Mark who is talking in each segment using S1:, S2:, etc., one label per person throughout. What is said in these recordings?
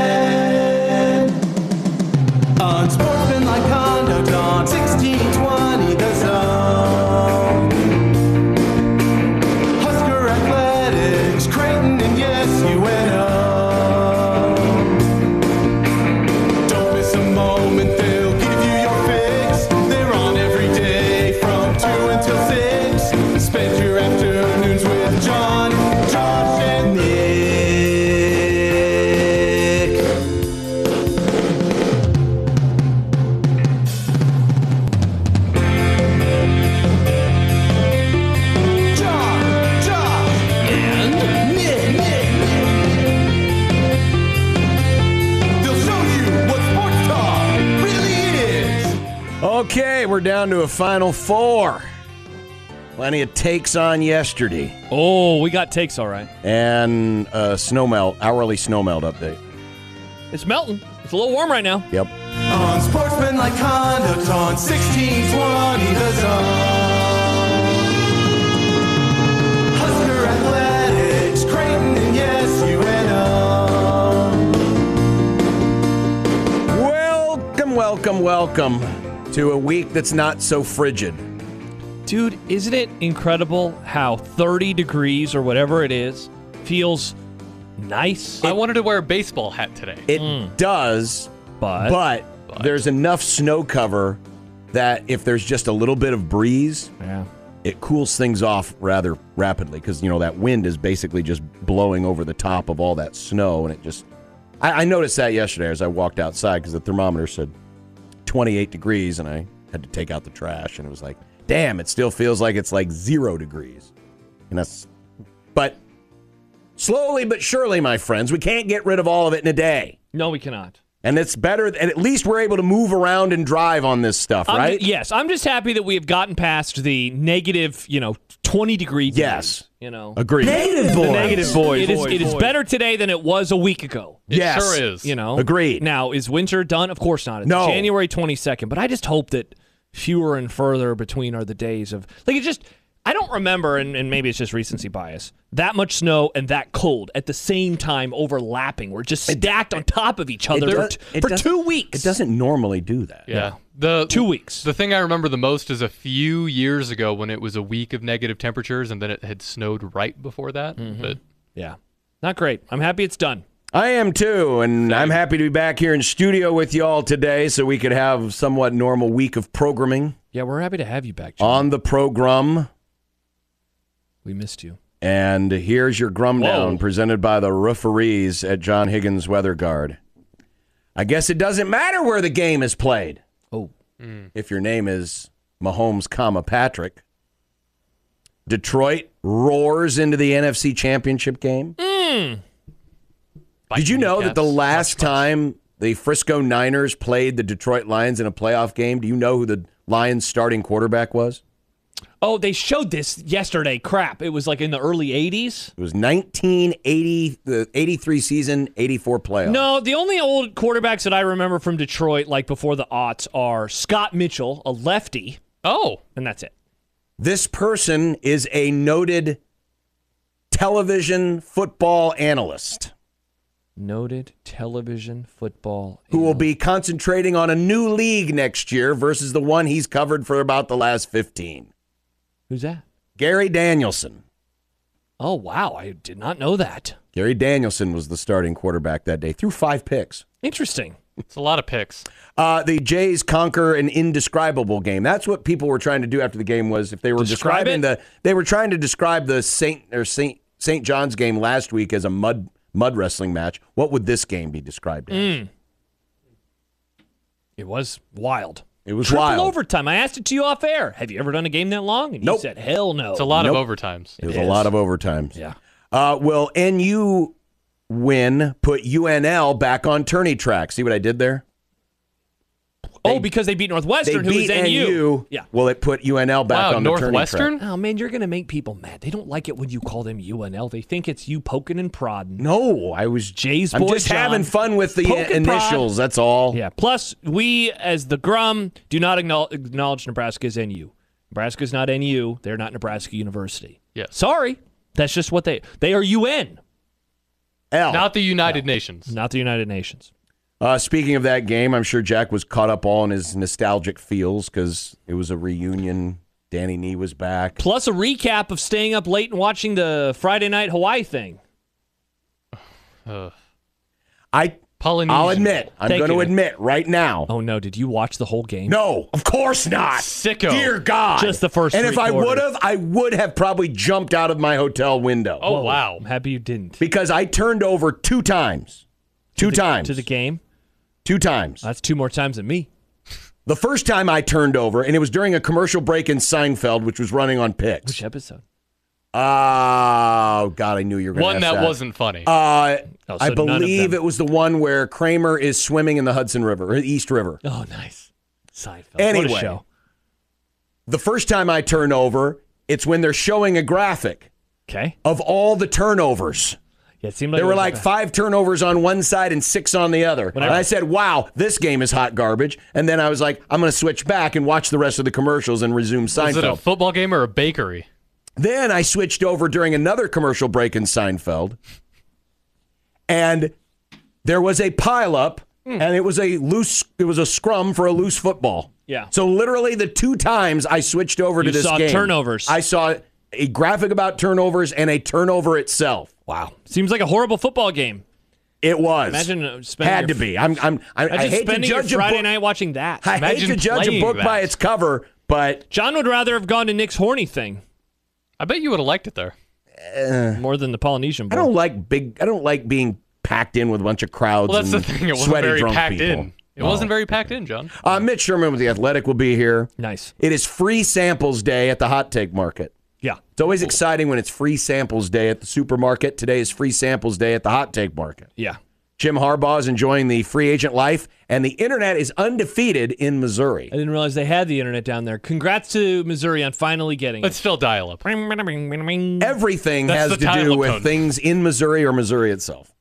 S1: associate. Unsportsmanlike conduct on 1620 The Zone. Husker Athletics, Creighton, and yes, UNO. Don't miss a moment, they'll give you your fix. They're on every day from 2 until 6. Spend your afternoons with John, Josh, and Nick. John, Josh, and Nick, Nick, Nick. They'll show you what sports talk really is.
S2: Okay, we're down to a final four. Plenty of takes on yesterday
S3: Oh, we got takes all right.
S2: and a snowmelt, hourly snowmelt update.
S3: It's melting. It's a little warm right now.
S2: Yep.
S1: On sportsmanlike conduct on 1620 The Zone. Husker Athletics, Creighton, and yes, UNO.
S2: Welcome, welcome, welcome to a week that's not so frigid.
S3: Dude, isn't it incredible how 30 degrees or whatever it is feels nice?
S4: I wanted to wear a baseball hat today.
S2: It does,
S3: But,
S2: but, there's enough snow cover that if there's just a little bit of breeze,
S3: yeah.
S2: it cools things off rather rapidly because you know that wind is basically just blowing over the top of all that snow and it just i, I noticed that yesterday as i walked outside because the thermometer said 28 degrees and i had to take out the trash and it was like damn it still feels like it's like zero degrees and that's but slowly but surely my friends we can't get rid of all of it in a day
S3: No, we cannot.
S2: and it's better and at least we're able to move around and drive on this stuff
S3: I'm
S2: right
S3: ju- yes, I'm just happy that we have gotten past the negative, you know, 20 degree. days,
S2: Yes.
S3: you know,
S2: agreed
S3: The negative
S4: Boys,
S3: It is,
S4: boys,
S3: it is
S4: boys.
S3: better today than it was a week ago.
S4: It
S2: Yes.
S4: sure is.
S3: You know,
S2: Agreed.
S3: Now is winter done? Of course not. It's
S2: No.
S3: January twenty second. But I just hope that fewer and further between are the days of like it just. I don't remember, and, and maybe it's just recency bias. That much snow and that cold at the same time overlapping. We're just stacked on top of each other for,
S2: does-
S3: t-
S2: it
S3: for
S2: does-
S3: two weeks.
S2: It doesn't normally do that.
S4: Yeah. The
S3: Two weeks.
S4: The thing I remember the most is a few years ago when it was a week of negative temperatures and then it had snowed right before that.
S2: Mm-hmm.
S4: But
S3: yeah, not great. I'm happy it's done.
S2: I am too, and I'm happy to be back here in studio with y'all today so we could have somewhat normal week of programming
S3: Yeah, we're happy to have you back, John.
S2: on the program.
S3: we missed you.
S2: And here's your grum
S3: Whoa.
S2: down presented by the referees at John Higgins Weather Guard. I guess it doesn't matter where the game is played.
S3: Oh,
S2: If your name is Mahomes, comma Patrick. Detroit roars into the NFC Championship game. Did you know that the
S4: kneecaps.
S2: last time the Frisco Niners played the Detroit Lions in a playoff game, do you know who the Lions starting quarterback was?
S3: oh, they showed this yesterday. Crap, it was like in the early '80s.
S2: It was 1980, the 83 season, 84 playoff.
S3: No, the only old quarterbacks that I remember from Detroit, like before the aughts, are Scott Mitchell, a lefty,
S4: Oh,
S3: and that's it.
S2: This person is a noted television football analyst
S3: Noted television football.
S2: who will be concentrating on a new league next year versus the one he's covered for about the last 15.
S3: Who's that?
S2: Gary Danielson.
S3: Oh wow, I did not know that.
S2: Gary Danielson was the starting quarterback that day, threw five picks.
S3: Interesting.
S4: it's a lot of picks.
S2: Uh, the Jays conquer an indescribable game. That's what people were trying to do after the game was if they were
S3: Describe
S2: describing
S3: it?
S2: the they were trying to describe the Saint or Saint Saint John's game last week as a mud mud wrestling match. What would this game be described
S3: Mm.
S2: as?
S3: It was wild.
S2: It was
S3: Triple
S2: wild.
S3: overtime. I asked it to you off air. Have you ever done a game that long? And
S2: Nope.
S3: you said, "Hell no."
S4: It's a lot
S2: Nope.
S4: of overtimes.
S2: It was
S3: It
S2: a
S3: is.
S2: lot of overtimes.
S3: Yeah.
S2: Uh, will NU win put UNL back on tourney track? See what I did there?
S3: Oh, because they beat Northwestern,
S2: they
S3: who
S2: beat
S3: was NU.
S2: NU.
S3: Yeah.
S2: Will it put UNL back
S4: Wow,
S2: on the tourney track?
S4: Northwestern?
S3: Oh man, you're gonna make people mad. They don't like it when you call them UNL. They think it's you poking and prodding.
S2: No, I was
S3: Jay's
S2: I'm
S3: boy
S2: just
S3: John.
S2: having fun with the uh,
S3: Poke and prod.
S2: initials. That's all.
S3: Yeah. Plus, we as the Grum do not acknowl- acknowledge Nebraska's NU. Nebraska's not NU. They're not Nebraska University.
S4: Yes.
S3: Sorry, that's just what they they are. UN.
S2: L.
S4: Not the United Nations.
S3: Not the United Nations.
S2: Uh, speaking of that game, I'm sure Jack was caught up all in his nostalgic feels because it was a reunion. Danny Nee was back.
S3: Plus a recap of staying up late and watching the Friday night Hawaii thing.
S4: Uh,
S2: I,
S4: Polynesian.
S2: I'll admit, I'm
S3: Thank
S2: going to
S3: you.
S2: admit right now.
S3: Oh no, did you watch the whole game?
S2: No, of course not.
S4: Sicko.
S2: Dear God.
S3: Just the first
S2: And if
S3: three
S2: I
S3: quarters.
S2: would have, I would have probably jumped out of my hotel window
S4: Oh wow.
S3: I'm happy you didn't.
S2: because I turned over two times. Two times.
S3: To the game.
S2: two times.
S3: That's two more times than me.
S2: the first time I turned over, and it was during a commercial break in Seinfeld, which was running on Pix.
S3: Which episode?
S2: Oh God, I knew you were going to
S4: One that, wasn't funny.
S2: Uh,
S3: Oh, so
S2: I
S3: none of
S2: believe
S3: them.
S2: it was the one where Kramer is swimming in the Hudson River, or East River.
S3: Oh, nice. Seinfeld. What
S2: Anyway.
S3: a show.
S2: The first time I turn over, it's when they're showing a graphic
S3: Okay.
S2: of all the turnovers.
S3: Yeah, it seemed like
S2: There
S3: it
S2: were
S3: was
S2: like
S3: a-
S2: five turnovers on one side and six on the other. And I said, wow, this game is hot garbage. And then I was like, I'm going to switch back and watch the rest of the commercials and resume
S4: Is it a
S2: Seinfeld.
S4: football game or a bakery?
S2: Then I switched over during another commercial break in Seinfeld, and there was a pileup,
S3: Hmm.
S2: and it was a loose, it was a scrum for a loose football.
S3: Yeah.
S2: So literally, the two times I switched over to
S3: You
S2: this
S3: saw
S2: game,
S3: turnovers.
S2: I saw a graphic about turnovers and a turnover itself.
S3: Wow. Seems like a horrible football game.
S2: It was
S3: Imagine uh, spending
S2: had
S3: your-
S2: to be. I'm, I'm, I'm I
S3: Imagine
S2: hate to
S3: spending
S2: judge
S3: your
S2: a
S3: Friday
S2: book.
S3: night watching that.
S2: I hate
S4: Imagine
S2: to judge a
S4: playing
S2: book by
S4: that.
S2: its cover, but
S3: John would rather have gone to Nick's horny thing
S4: I bet you would have liked it there.
S3: more than the Polynesian
S2: I
S3: bowl.
S2: don't like big. I don't like being packed in with a bunch of crowds.
S4: Well, that's the
S2: and
S4: thing. It wasn't
S2: Mm. sweaty,
S4: very
S2: drunk
S4: packed
S2: people. Oh.
S4: in. It wasn't very packed in, John.
S2: Uh, Mitch Sherman with the Athletic will be here.
S3: Nice.
S2: It is free samples day at the Hot Take Market.
S3: Yeah.
S2: It's always exciting when it's free samples day at the supermarket. Today is free samples day at the Hot Take Market.
S3: Yeah.
S2: Jim Harbaugh is enjoying the free agent life, and the internet is undefeated in Missouri.
S3: I didn't realize they had the internet down there. Congrats to Missouri on finally getting
S4: It's
S3: it.
S4: still dial up.
S2: Everything
S4: That's
S2: has
S4: the
S2: to do
S4: dial-up
S2: with
S4: code.
S2: things in Missouri or Missouri itself.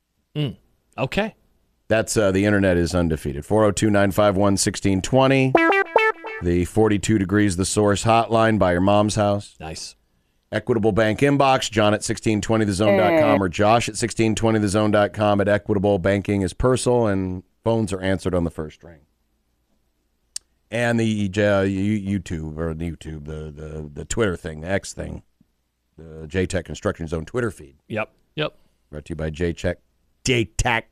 S3: Okay.
S2: That's uh, the internet is undefeated. 402 951 1620. The 42 degrees the source hotline by your mom's house.
S3: Nice.
S2: Equitable Bank inbox, John at 1620thezone.com or Josh at 1620thezone.com at Equitable Banking is personal and phones are answered on the first ring. And the uh, you- YouTube or the YouTube, the, the, the Twitter thing, the X thing, the JTech Construction Zone Twitter feed
S3: Yep.
S4: Yep.
S2: brought to you by JTech, JTech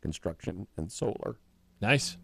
S2: Construction and Solar.
S3: Nice.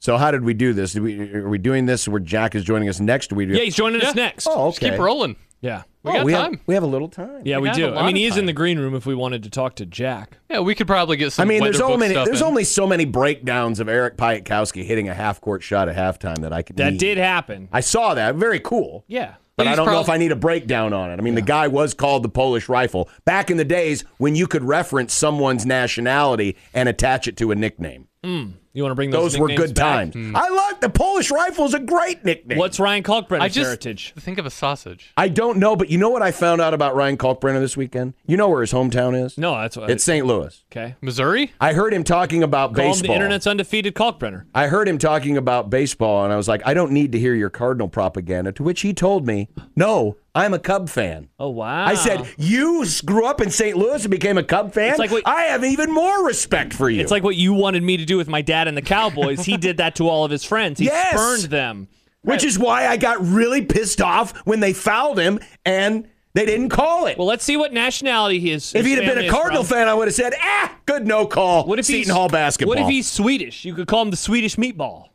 S2: So how did we do this? Did we, are we doing this where Jack is joining us next? We do.
S3: Yeah, he's joining us
S4: Yeah.
S3: next.
S2: oh,
S4: Just
S2: okay.
S4: keep rolling.
S3: Yeah.
S4: We
S2: Oh,
S4: got
S2: we
S4: time.
S2: Have, we have a little time.
S3: Yeah,
S4: We
S3: we
S4: got a
S3: do.
S4: lot
S3: I mean,
S4: of
S3: he is in
S4: time.
S3: the green room if we wanted to talk to Jack.
S4: yeah, we could probably get
S2: I
S4: some.
S2: mean, there's
S4: weather book
S2: only
S4: stuff
S2: there's
S4: in.
S2: only so many breakdowns of Eric Pietkowski hitting a half court shot at halftime that I could.
S3: That
S2: need.
S3: did happen.
S2: I saw that. Very cool.
S3: Yeah.
S2: But I
S4: He's
S2: don't know if
S4: prob-
S2: I need a breakdown on it. I mean, the guy was called the Polish rifle back in the days when you could reference someone's nationality and attach it to a nickname.
S3: You want to bring those
S2: Those were
S3: nicknames
S2: good
S3: back?
S2: times.
S4: Hmm.
S2: I like the Polish rifle is a great nickname.
S3: What's Ryan
S4: I
S3: Kalkbrenner's
S4: just
S3: heritage?
S4: think of a sausage.
S2: I don't know, but you know what I found out about Ryan Kalkbrenner this weekend? You know where his hometown is?
S3: No, that's what.
S2: It's St. Louis.
S3: okay.
S4: Missouri?
S2: I heard him talking about
S3: Call him the
S2: baseball.
S3: internet's undefeated Kalkbrenner.
S2: I heard him talking about baseball, and I was like, I don't need to hear your Cardinal propaganda. To which he told me, No, I'm a Cub fan.
S3: Oh wow.
S2: I said, You s- grew up in St. Louis and became a Cub fan?
S3: It's like what-
S2: I have even more respect for you.
S3: It's like what you wanted me to do with my dad and the Cowboys. he did that to all of his friends. He
S2: Yes!
S3: spurned them.
S2: which is why I got really pissed off when they fouled him and they didn't call it.
S3: Well, let's see what nationality he is.
S2: if
S3: his
S2: he'd have been
S3: family
S2: a
S3: is
S2: Cardinal
S3: from.
S2: fan, I would have said, Ah, good no call.
S3: what if
S2: Seton
S3: he's
S2: Hall basketball?
S3: What if he's Swedish? You could call him the Swedish meatball.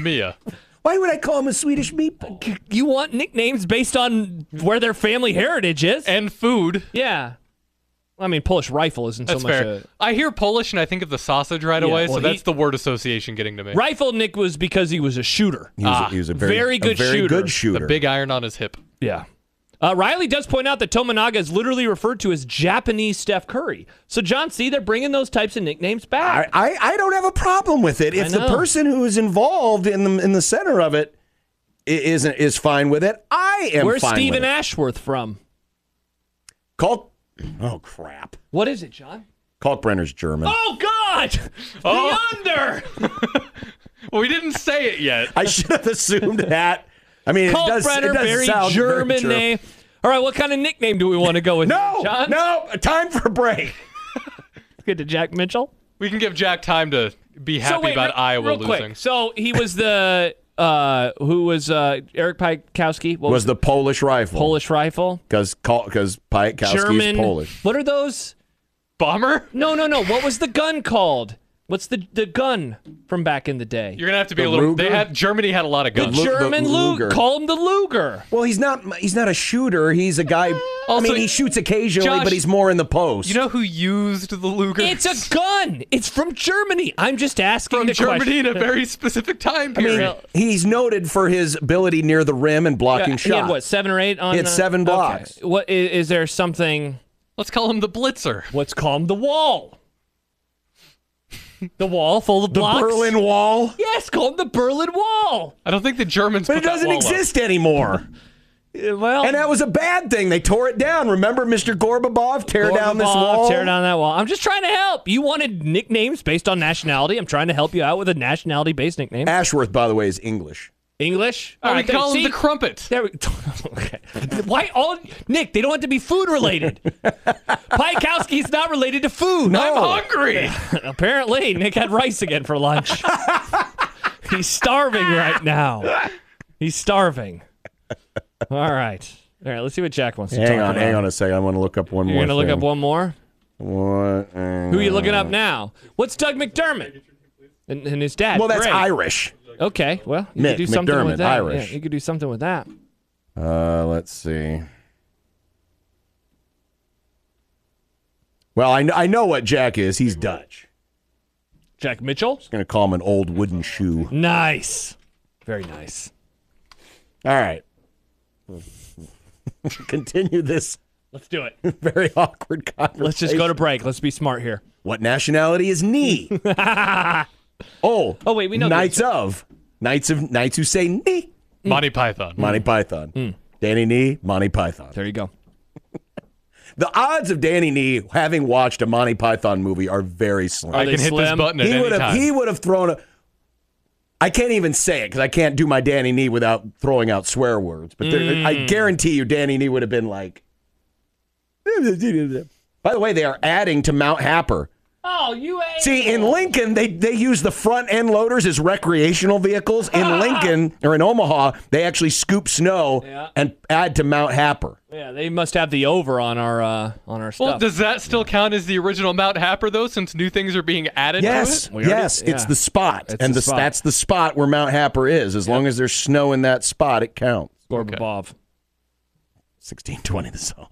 S4: mia.
S2: Why would I call him a Swedish meatball?
S3: You want nicknames based on where their family heritage is?
S4: And food.
S3: yeah. I mean, Polish rifle isn't
S4: That's
S3: so much
S4: fair.
S2: uh,
S3: a
S4: I hear Polish and I think of the sausage right away,
S3: well,
S4: so that's
S3: he-
S4: the word association getting to me.
S3: rifle. Nick was because he was a shooter. Ah,
S2: He was, he was a very,
S3: very
S2: a
S3: good
S2: very
S3: shooter.
S2: good
S4: The
S2: shooter.
S4: big iron on his hip.
S3: Yeah. Uh, Riley does point out that Tominaga is literally referred to as Japanese Steph Curry. So John C, they're bringing those types of nicknames
S2: I,
S3: back.
S2: I, I don't have a problem with it if the
S3: know.
S2: person who is involved in the in the center of it i- isn't is fine with it. I am.
S3: Where's
S2: fine
S3: Stephen
S2: With it.
S3: Ashworth from?
S2: Kalk. Oh crap.
S3: What is it, John?
S2: Kalkbrenner's German.
S3: Oh God!
S2: Oh.
S3: The under.
S4: Well, we didn't say it yet.
S2: I should have assumed that. I mean, it does. It
S3: Oh. Kalkbrenner,
S2: does
S3: very
S2: sound
S3: German
S2: very German.
S3: name. All right, what kind of nickname do we want to go with?
S2: No,
S3: John?
S2: no, time for break.
S3: Good to Jack Mitchell.
S4: We can give Jack time to be happy
S3: wait,
S4: about
S3: re-
S4: Iowa
S3: real
S4: losing.
S3: Quick. So he was the uh, who was uh, Eric Pikowski? What
S2: Was the Polish rifle
S3: Polish rifle?
S2: Because because Pietkowski's
S3: German.
S2: Polish.
S3: What are those?
S4: Bomber?
S3: No, no, no. What was the gun called? What's the the gun from back in the day?
S4: You're gonna have to be
S2: The
S4: a little. They
S2: Ruger?
S4: had Germany had a lot of guns.
S2: Lu- the
S3: German Luger.
S2: Luger.
S3: Call him the Luger.
S2: Well, he's not he's not a shooter. He's a guy.
S4: Also-
S2: I mean, he shoots occasionally,
S4: Josh,
S2: but he's more in the post.
S4: you know who used the Luger?
S3: It's a gun. It's from Germany. I'm just asking
S4: from
S3: the
S4: Germany
S3: question.
S4: in a very specific time
S2: I mean,
S4: period.
S2: he's noted for his ability near the rim and blocking
S3: He had
S2: shots.
S3: what seven or eight on? uh,
S2: He had seven blocks.
S3: Okay. What is, is there something?
S4: Let's call him the Blitzer.
S3: What's called the wall? The wall full of
S2: the
S3: blocks.
S2: Berlin Wall,
S3: Yes, call him the Berlin Wall.
S4: I don't think the Germans.
S2: but it
S4: put that
S2: doesn't
S4: wall up.
S2: exist anymore.
S3: Uh, Well,
S2: And that was a bad thing. They tore it down. Remember, Mr. Gorbachev, tear down this
S3: Gorbachev,
S2: wall.
S3: Tear down that wall. I'm just trying to help. You wanted nicknames based on nationality. I'm trying to help you out with a nationality-based nickname.
S2: Ashworth, by the way, is English.
S3: English.
S4: All right,
S3: there-
S4: Oh, call him
S3: see?
S4: the Crumpet.
S3: There we okay. Why all Nick? They don't have to be food related. Pikowski's not related to food.
S4: I'm hungry.
S3: Apparently, Nick had rice again for lunch. He's starving right now. He's starving. All right. All right. Let's see what Jack wants to
S2: Hang
S3: talk
S2: on,
S3: about.
S2: hang on a second. I want to look up one
S3: You're
S2: more.
S3: gonna look
S2: thing.
S3: up one more.
S2: What, uh,
S3: Who are you looking up now? What's Doug McDermott? And, and his dad.
S2: Well, that's
S3: Greg.
S2: Irish.
S3: Okay. Well, you
S2: Mick
S3: could do something
S2: McDermott,
S3: with that.
S2: Irish.
S3: Yeah, you could do something with that.
S2: Uh, let's see. Well, I, kn- I know what Jack is. He's Dutch.
S3: Jack Mitchell.
S2: gonna call him an old wooden shoe.
S3: Nice. Very nice.
S2: All right. Continue this
S3: Let's do it.
S2: very awkward conversation.
S3: Let's just go to break. Let's be smart here.
S2: What nationality is knee? oh,
S3: Oh, wait, we know the
S2: Knights of Knights of Knights who say knee.
S4: Monty Python.
S2: Monty Python.
S3: Hmm.
S2: Danny Knee, Monty Python.
S3: There you go.
S2: The odds of Danny Knee having watched a Monty Python movie are very slim.
S4: I
S3: they
S4: can hit this
S3: slim?
S4: button at
S2: he
S4: any
S2: would have
S4: time.
S2: he would have thrown a I can't even say it because I can't do my Danny Knee without throwing out swear words. But there,
S3: Mm.
S2: I guarantee you, Danny Knee would have been like. By the way, they are adding to Mount Happer.
S3: Oh, you ain't.
S2: See, in Lincoln, they, they use the front end loaders as recreational vehicles. In Lincoln or in Omaha, they actually scoop snow
S3: Yeah.
S2: and add to Mount Happer.
S3: Yeah, they must have the over on our uh, on our
S4: well,
S3: stuff.
S4: does that still count as the original Mount Happer though? Since new things are being added
S2: Yes,
S4: to it.
S3: We already-
S2: yes, it's
S3: yeah.
S2: the spot,
S3: It's
S2: and
S3: the
S2: the,
S3: spot.
S2: that's the spot where Mount Happer is. As long as there's snow in that spot, it counts.
S3: Gorbachev.
S2: Sixteen twenty, the song.